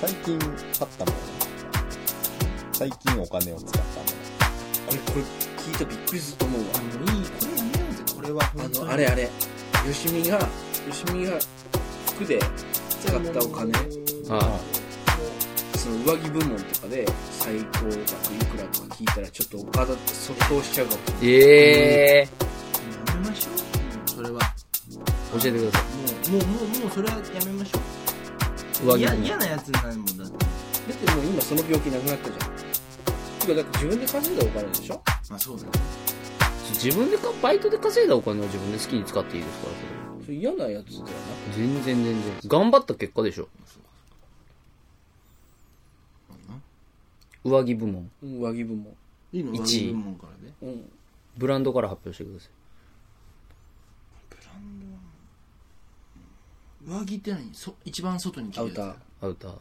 最近買ったもの最近お金を使ったものこれこれ聞いたらびっくりすると思うわあもういいこれは似合うぜこれはあ本当のにあれあれよしみがよしみが服で使ったお金あその上着部門とかで最高額いくらとか聞いたらちょっとお肌即答しちゃうかもあええやめましょうそれはもー、教えてくださうもうもうもうそれはやめましょい。上う着嫌嫌なやつになるもんだってだってもう今その病気なくなったじゃんてかだって自分で稼いだお金でしょまあそうだね自分でか、バイトで稼いだお金を自分で好きに使っていいですから、そそれ嫌なやつだよなれ。全然全然。頑張った結果でしょ。上着部門。うん上着部門いいの一位上着部門からでうんブランドから発表してください。上着って何そ一番外に着アるウやつターアウター。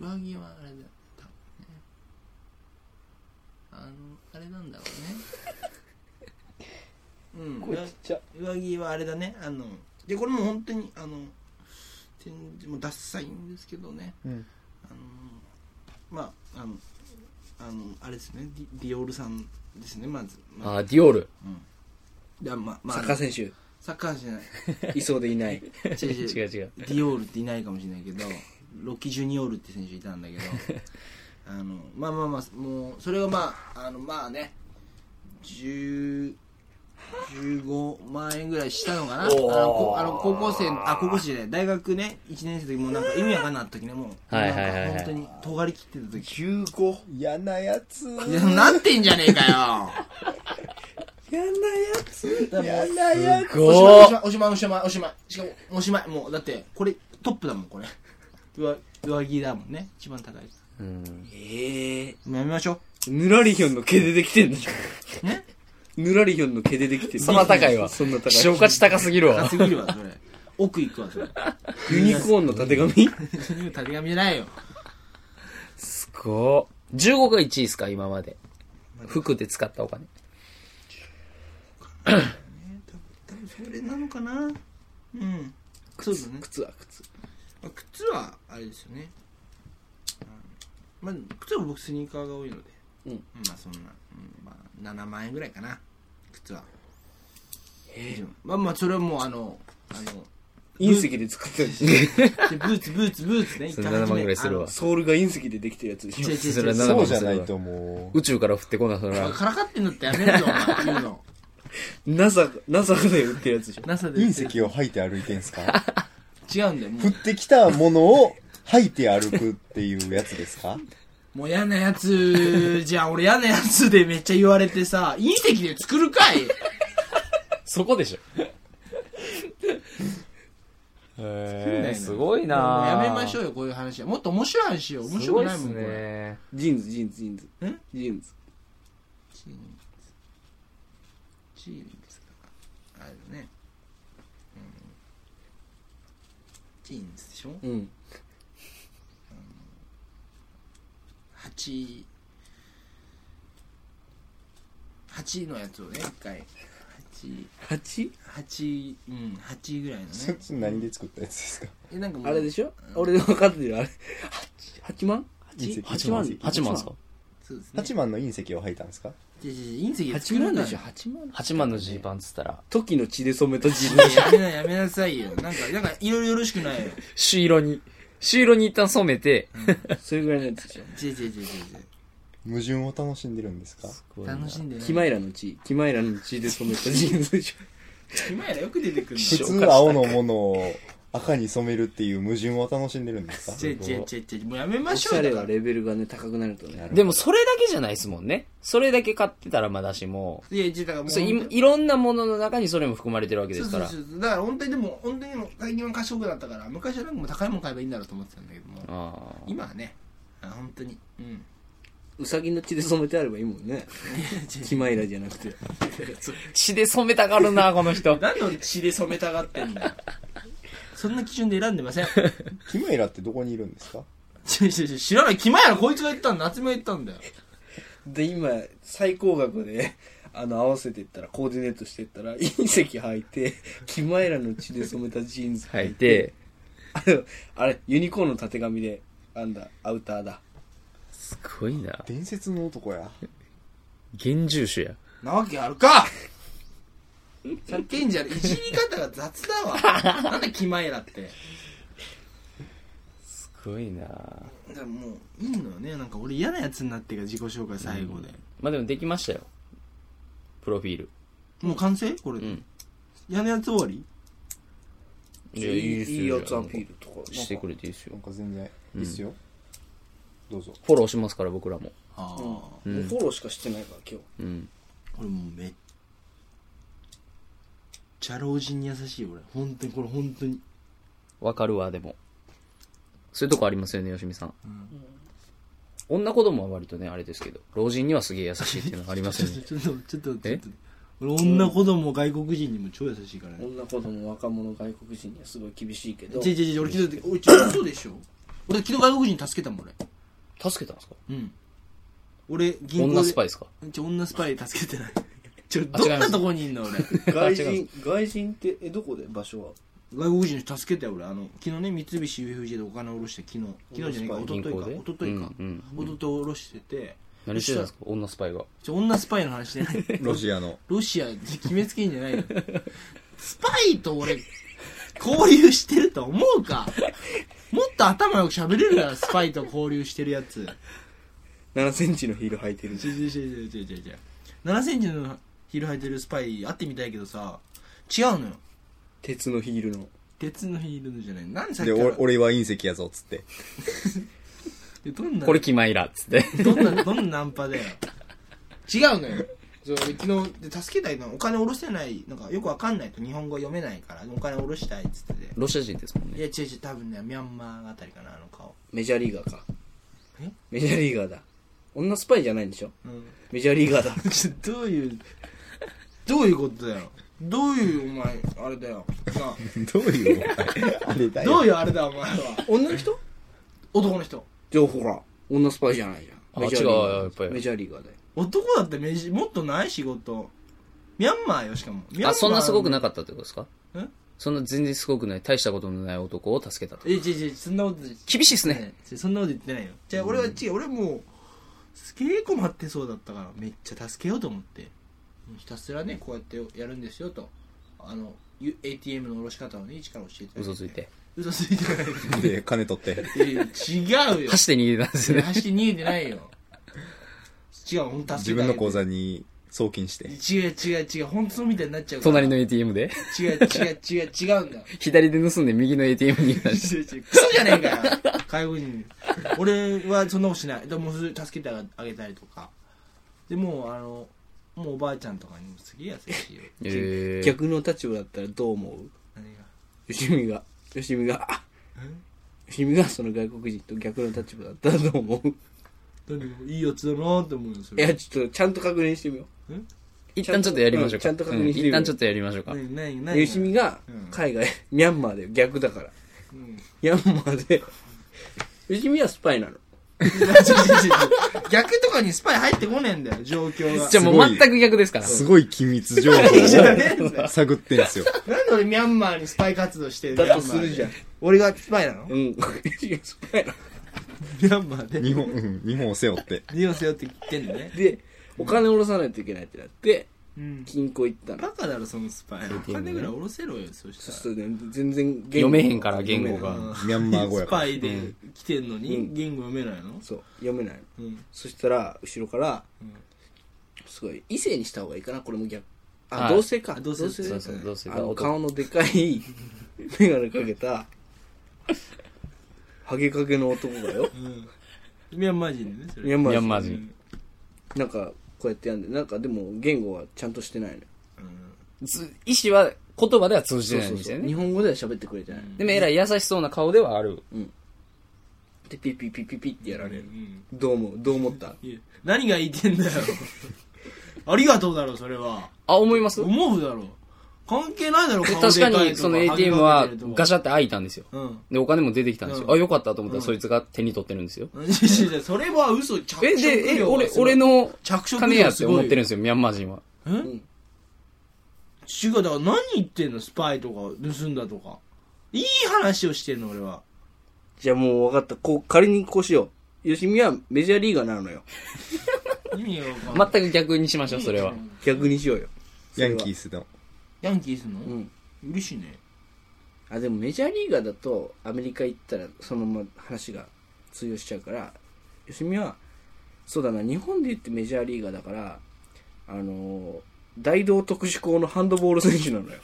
上着はあれだ多分ねあのあれなんだろ うねうん上ちゃ上着はあれだねあのでこれも本当にあの展示もダッサいんですけどね、うんあのまああのあのあれですねディディオールさんですねまず、まああー、ディオール。でまあまあサッカー選サッカーじゃない手いそうでいない違う違違う違うディオールっていないかもしれないけどロッキー・ジュニオールって選手いた んだけどあのまあまあまあもうそれがまああのまあね10 15万円ぐらいしたのかなあのこあの高校生あ高校生じゃない大学ね1年生の時もうなんか意味わかんなかった時ねもう、はいはいはいはいなんか本当に尖り切ってた時十 五嫌なやついやなってんじゃねえかよ嫌なやつだからもうなやつおしまいおしまいおしまいおしまいおしまいしかもおしまいもうだってこれトップだもんこれ上上着だもんね一番高いうん。ええもうやめましょぬらりひょんの毛でできてんだようねぬらりひょんの毛でできてるそんな高いわ。そんな高い希少価値高すぎる高わ。すぎるわそれ奥行くわそれユニコーンのたてがみそれたてがみじゃないよすごい。15が1位ですか、今まで。服で使ったお金。多分それなのかなうんそうだね靴は靴まあ靴はあれですよねあのまあ靴は僕スニーカーが多いのでうんまあそんな、うんまあ、7万円ぐらいかな靴はええまあまあそれはもうあのあの隕石で作ってるでブーツブーツブーツねそれ7万ぐらいするわあのソールが隕石でできてるやつでし違うょ違うそれ違うは7違うそう万じすゃなるいわと。思う宇宙から降ってこなそら。からかってんのってやめるぞお前言うの NASA, NASA で売ってるやつでしょ NASA で隕石を吐いて歩いてんすか違うんだよも降ってきたものを吐いて歩くっていうやつですかうもう嫌なやつじゃあ俺嫌なやつでめっちゃ言われてさ隕石で作るかいそこでしょ。だへよーねすごいもうなやめましょう。うよこういう話はもっと面白い話しよう面白くないもすんごこいっすれね。ジーンズジーンズジーンズんジーンズチーリンズチーリンズかあれだねうんチーンズでしょうん八八のやつをね一回八 8? 八うん八ぐらい のそれね何で作ったやつですかえなんかもうあれでしょ、俺で分かってるよあれ8 8万隕石8万、8万ですかそうですね八万の隕石を吐いたんですかいやいや隕石8万でしょょ8万 ?8 万のジーパンっつったら、時の血で染めたジーンズやめなやめなさいよなんかなんかいろいろよろしくないよ朱色に、朱色に一旦染めて、それぐらいのやつでしょ違う違う違う違矛盾を楽しんでるんですかう楽しんでねキマイラの血キマイラの血で染めたジーンズでしょ今やらよく出てくる普の通青のものを赤に染めるっていう矛盾を楽しんでるんですか違う違う違う違うもうやめまおししょゃうれだかはらレベルがね高くなるとねでもそれだけじゃないですもんね。それだけ買ってたらまだしも、いや違うだからもうそう本当いいろんなものの中にそれも含まれてるわけでそうすかそうら。そうだから本当にでも本当にでも最近は賢くなったから昔はなんかもう高いもん買えばいいんだろうと思ってたんだけどもあー今はねあ本当にうんうさぎの血で染めてあればいいもんね キマイラじゃなくて血で染めたがる な、この人。なんで俺血で染めたがってんだよ そんな基準で選んでま せんキムイラってどこにいるんですかちょちょちょ知らない気前やろこいつが言ったんだ夏目が言ったんだよで今最高額であの合わせていったらコーディネートしていったら隕石履いてキマイラの血で染めたジーンズはい。で、あれ、ユニコーンの縦紙で編んだアウターだ。すごいな。伝説の男や。現住所や。なわけあるかさっきんじゃねいじり方が雑だわ。 なんだキマイラって。すごいな。だからもう、いいのよね。なんか俺嫌なやつになってから自己紹介最後で。まあでもできましたよ。プロフィール。もう完成これで。うん嫌なやつ終わりいいいやつアピールとか。してくれていいですなよん。か全然、いいっすよ。どうぞ。フォローしますから、僕らも。ああ。うんもうフォローしかしてないから、今うん。俺もうめっちゃ老人に優しい俺。本当に、これ本当に。わかるわ、でも。そういうとこありますよね、よしみさん。女子供は割とね、あれですけど、老人にはすげえ優しいっていうのがありますよ ね。ちょっと、ちょっと、ちょっとえ。俺女子供外国人にも超優しいから日。ね。女子供、若者、外国人にはすごい厳しいけど。ちょいちょいちょい、俺昨日、俺昨日そうでしょ俺昨日外国人助けたもん俺。助けたんですかうん。俺、銀行で。女スパイですかちょ、女スパイ助けて ない。ちょ、あどん違いまなすとこにいんの俺。外あ違う人、外人って、え、どこで場所は外国人の助けたよ俺。あの、昨日ね、三菱 UFJ でお金下ろして、昨日。昨日じゃねえか、女スパイ一昨日銀か。行一で昨日か。うん一昨日下ろしてて。何してたんですか女スパイが。ちょ、女スパイの話じゃない。ロシアの。ロシア、決めつけんじゃないの。スパイと俺、交流してると思うか。もっと頭よく喋れるから、スパイと交流してるやつ。 ?7 センチのヒール履いてる違う違う違う違う違う違う7センチのヒール履いてるスパイ会ってみたいけどさ違うのよ鉄のヒールの。鉄のヒールのじゃないなんでさっきで、からお俺は隕石やぞ、つって。でどんなこれキマイラっつって。どんなどんなナンパだよ違うのよそう俺昨日で助けたいのお金下ろせないなんかよくわかんないと日本語読めないからお金下ろしたいっつっててロシア人ですもんいね。や違う違う多分ねミャンマーあたりかなあの顔メジャーリーガーかえ。メジャーリーガーだ。女スパイじゃないんでしょうんメジャーリーガーだ。ちょどういうどういうことだよどういうお前あれだよなあどういうお前 あれだどよ。ういうあれだお前は女の人男の人じゃあほら、女スパイじゃないじゃあん。メジャーリーガー違うやっぱりメジャーリーガーだよ。男だってめじもっとない仕事ミャンマーよしかもミャンマーあ、そんなすごくなかったってことですかんそんな全然すごくない、大したことのない男を助けたと。え違う違うそんなこと言っ厳しいっすてね。ないそんなこと言ってないよじゃあ俺は違う俺もうすげえ困ってそうだったからめっちゃ助けようと思ってもうひたすらねこうやってやるんですよとあのゆ ATM の下ろし方をね一から教えてあげ嘘ついて。嘘ついてないで、金取って。いやいや違うよ走って逃げたんですいやね。走り逃げてないよ違うほんと自助けて分あげのて口座に送金して。違う違う違う本当そうみたいになっちゃうから 隣の ATM で。違う違う違う違うんだよ左で盗んで右の ATM に行った んです。違う違うクソじゃねえかよ介護人俺はそんなことしないでもそれ助けてあげたりとかでもうあのもうおばあちゃんとかにもすげえ優しいよえー、逆の立場だったらどう思う何がよしみが、よしみが、あよしみがその外国人と逆の立場だったらどう思うとにかくいいやつだなって思うよそいや、れちょっとちゃんと確認してみよ一旦ちょっとやりましょうか。ちゃんと確認してみ一る旦ちょっとやりましょうか。何何う。何よしみがうん海外、ミャンマーで逆だから。うんミャンマーで、よしみはスパイなの。違う違う違う 逆とかにスパイ入ってこねえんだよ状況がじゃあもう全く逆ですから。すごい機密情報じゃねえんだをよ探ってんすよ。なんで俺ミャンマーにスパイ活動してるだとするじゃんミャンマーで俺がスパイなのうん。 よしみはスパイなの。ミャンマーで日本、うん、日本を背負って。荷を背負ってきてんのねで、お金下ろさないといけないってなって、うん銀行行ったの。バカだろそのスパイお金ぐらい下ろせろよそしそたらうするとね、全然言語読めへんから言語読めないが。ミャンマー語やスからパイで来てんのうにん言語読めないのそう、読めないの。うんそしたら、後ろから、んすごい、異性にした方がいいかな、これも逆。はあ、い同性か。同性そうそう同性かあの男顔のでかい、 メガネかけた、ハゲかけの男がよ。ミャンマー人でねそれミャンマー ミ人ャンマー人。なんか、こうやってやんで、なんかでも言語はちゃんとしてないのよ。ず意思は、言葉では通じてないんですよ日ね。本語では喋ってくれてない。でも、えらい優しそうな顔ではある。で、ピッピッピッピッピッってやられるう。んどう思うどう思ったいや何が言いてんだよありがとうだろそれはあ、思います思うだろ関係ないだろ顔で確かいに、とその ATM はガシシャって開いたんですよ。うんで、お金も出てきたんですよ。うんあ、よかったと思ったら、そいつが手に取ってるんですよ。いやいやそれは嘘着え、色で、え、料は俺、すご俺いの着色料金やってすごい思ってるんですよ、ミャンマー人は。え違うだから何言ってんのスパイとか盗んだとかいい話をしてるの、俺は。じゃあもう分かった。こう、仮にこうしよう。よしみはメジャーリーガーなのよ。意味をわかんない全く逆にしましょう、それは。逆にしようよ。ヤンキースの。ヤンキースのうん。嬉しいね。あ、でもメジャーリーガーだと、アメリカ行ったらそのまま話が通用しちゃうから、よしみは、そうだな、日本で言ってメジャーリーガーだから、あのー大道特殊校のハンドボール選手なのよ。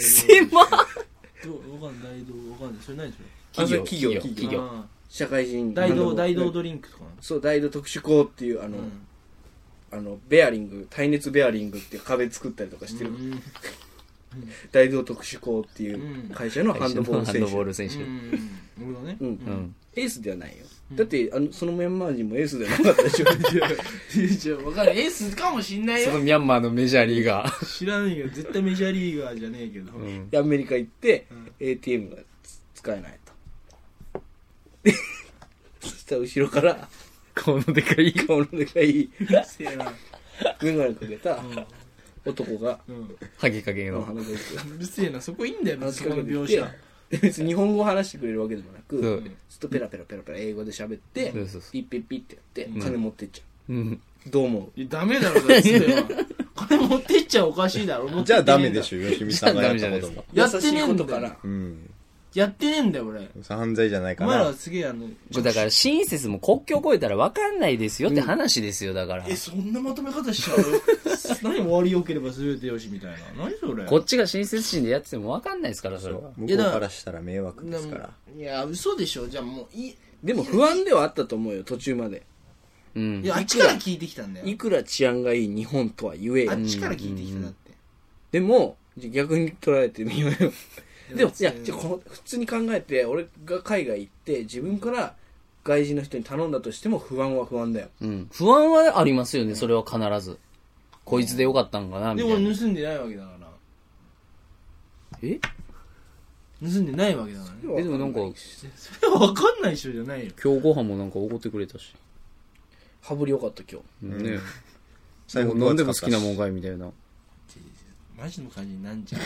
狭っどうわかんない、大道わかんない。それ何それあそれ企業企企業あ社会人ー大ハンボ道、ール大道ドリンクとかなそう、大道特殊校っていう、あの、あの、ベアリング、耐熱ベアリングっていう壁作ったりとかしてる、うんうん大道特殊校っていう会社のハンドボールハン選ド手。ボール選手。うん俺だねう。んうん。エースではないよ。だって、あの、そのメンバー人もエースではなかったでしょ。じゃあわかる。エースかもしんないそのよ。ミャンマーのメジャーリーガー。知らないけど、絶対メジャーリーガーじゃねえけど。うん。でアメリカ行って、ん ATM がつ使えないと。 そしたら後ろから、顔のでかい。顔のでかいうるせえな。眼鏡かけた男が、うんハゲかげまあの。話してうるせえな、そこいいんだよ、話し別にかけこのて描きて写。で別に日本語を話してくれるわけでもなく、そずうっとペラペラペラペラ英語で喋って、そうそうそうピッピッピッってやって、ん金持ってっちゃうん。う。どう思ういやダメだろ、だってそれは。金持ってっちゃおかしいだろ、持ってじゃあってねえんだダメでしょ、よしみさんがやったことじゃあダメじゃないでがす。やって優しねいえこんだとよから。うん。やってねえんだよ、俺。犯罪じゃないおか前らら。すげえあの、これだから、親切も国境を越えたら分かんないですよって話ですよ、だから。え、そんなまとめ方し ちゃう何終わりよければ全てよしみたいな。何それこっちが親切心でやってても分かんないですから、それは。向こうからしたら迷惑ですから。いや、嘘でしょ。じゃあもう、いい、でも不安ではあったと思うよ、途中まで。うんい。や、あっちから聞いてきたんだいよ。くら治安がいい日本とは言えよあっちから聞いてきただって。でも、逆に捉えてみようよ。でも、いや、じゃあここの普通に考えて、俺が海外行って、自分から外人の人に頼んだとしても不安は不安だよ。うん。不安はありますよね、それは必ず。こいつでよかったんかな、みでたいなも。盗んでないわけだから。え盗んでないわけだからね。えでもなんか、それはわかんない人じゃないよ。今日ご飯もなんかおごってくれたし。羽振りよかった今日。うんね。財布飲んでも好きなもんかいみたいな。マジの感じになんじゃ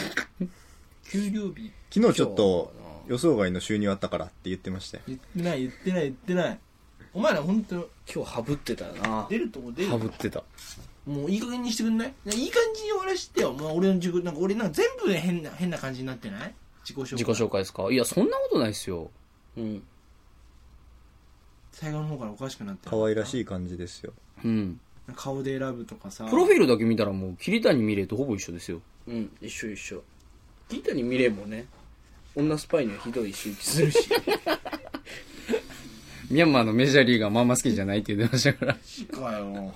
ん。 給料日昨日ちょっと予想外の収入あったからって言ってましたよ。言ってない言ってない言ってない。お前ら本当今日羽振ってたな。出るとこ出るは。ぶってた。もういい加減にしてくんないいい感じに終わらしてよ。もう俺の自己、なんか俺なんか全部で変な、変な感じになってない自己紹介。自己紹介ですかいや、そんなことないですよ。うん。最後の方からおかしくなって可愛らしい。い感じですよ。うん。顔で選ぶとかさ。プロフィールだけ見たらもう、桐谷美玲とほぼ一緒ですよ。うん、一緒一緒。ギターに見れもね、女スパイにはひどい集中する し。ミャンマーのメジャーリーガーまあんま好きじゃないって言ってましたから。ジかよ。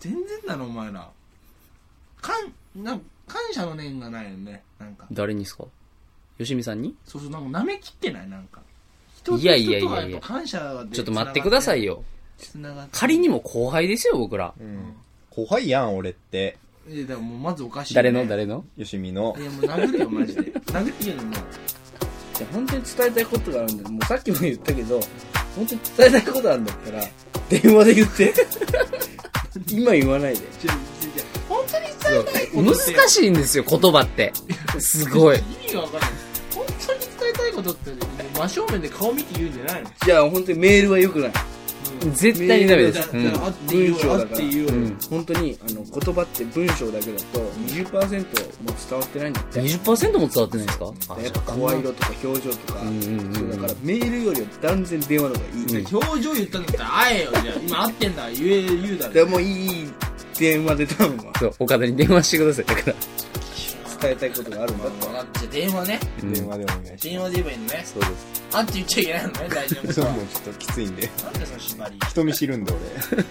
全然だな、お前ら。かん、なんか感謝の念がないよね。なんか。誰にですかよしみさんにそうそう、なんか舐めきってないなんか。人といやいやいやいや人とはっぱ感謝でちょっと待ってくださいよ。よ。つながって仮に。も後輩ですよ、僕ら。うん。後輩やん、俺って。いや、だからもうまずおかしい、誰の誰のよしみのい。や、もう殴るよ、マジで。殴っていいよ、もう。いや本当に伝えたいことがあるんだよ。もうさっきも言ったけど、本当に伝えたいことあるんだったら、電話で言 って。今言わないで。ちょちょちょ本当に伝えたいことって。難しいんですよ、言葉って。すごい。意味がわかんない。本当に伝えたいことって、もう真正面で顔見て言うんじゃないのじゃあ本当にメールは良くない。絶対にダメでだす。かうらん。あって言うよ、文あ章だっからて言うよ。うん本当にあの言葉って文章だけだと20%も伝わってないんだって20%も伝わってないですかやっぱ声色とか表情とか、うんうんうんそうだからメールよりは断然電話の方がいい、表情言ったんだったら、会えよ、じゃあ。今会ってんだから言え、言うだでろ。もいい電話で頼むわそう、岡田に電話してください。だから。伝えたいことがあるんだったらあじゃあ電話ね。うん電話でお願いし電話で言えばいいのね。ます。そうです。あって言っちゃ いけないのね、大事なこそとれはもうちょっときついんで。なんでその縛り。人見知るんで俺。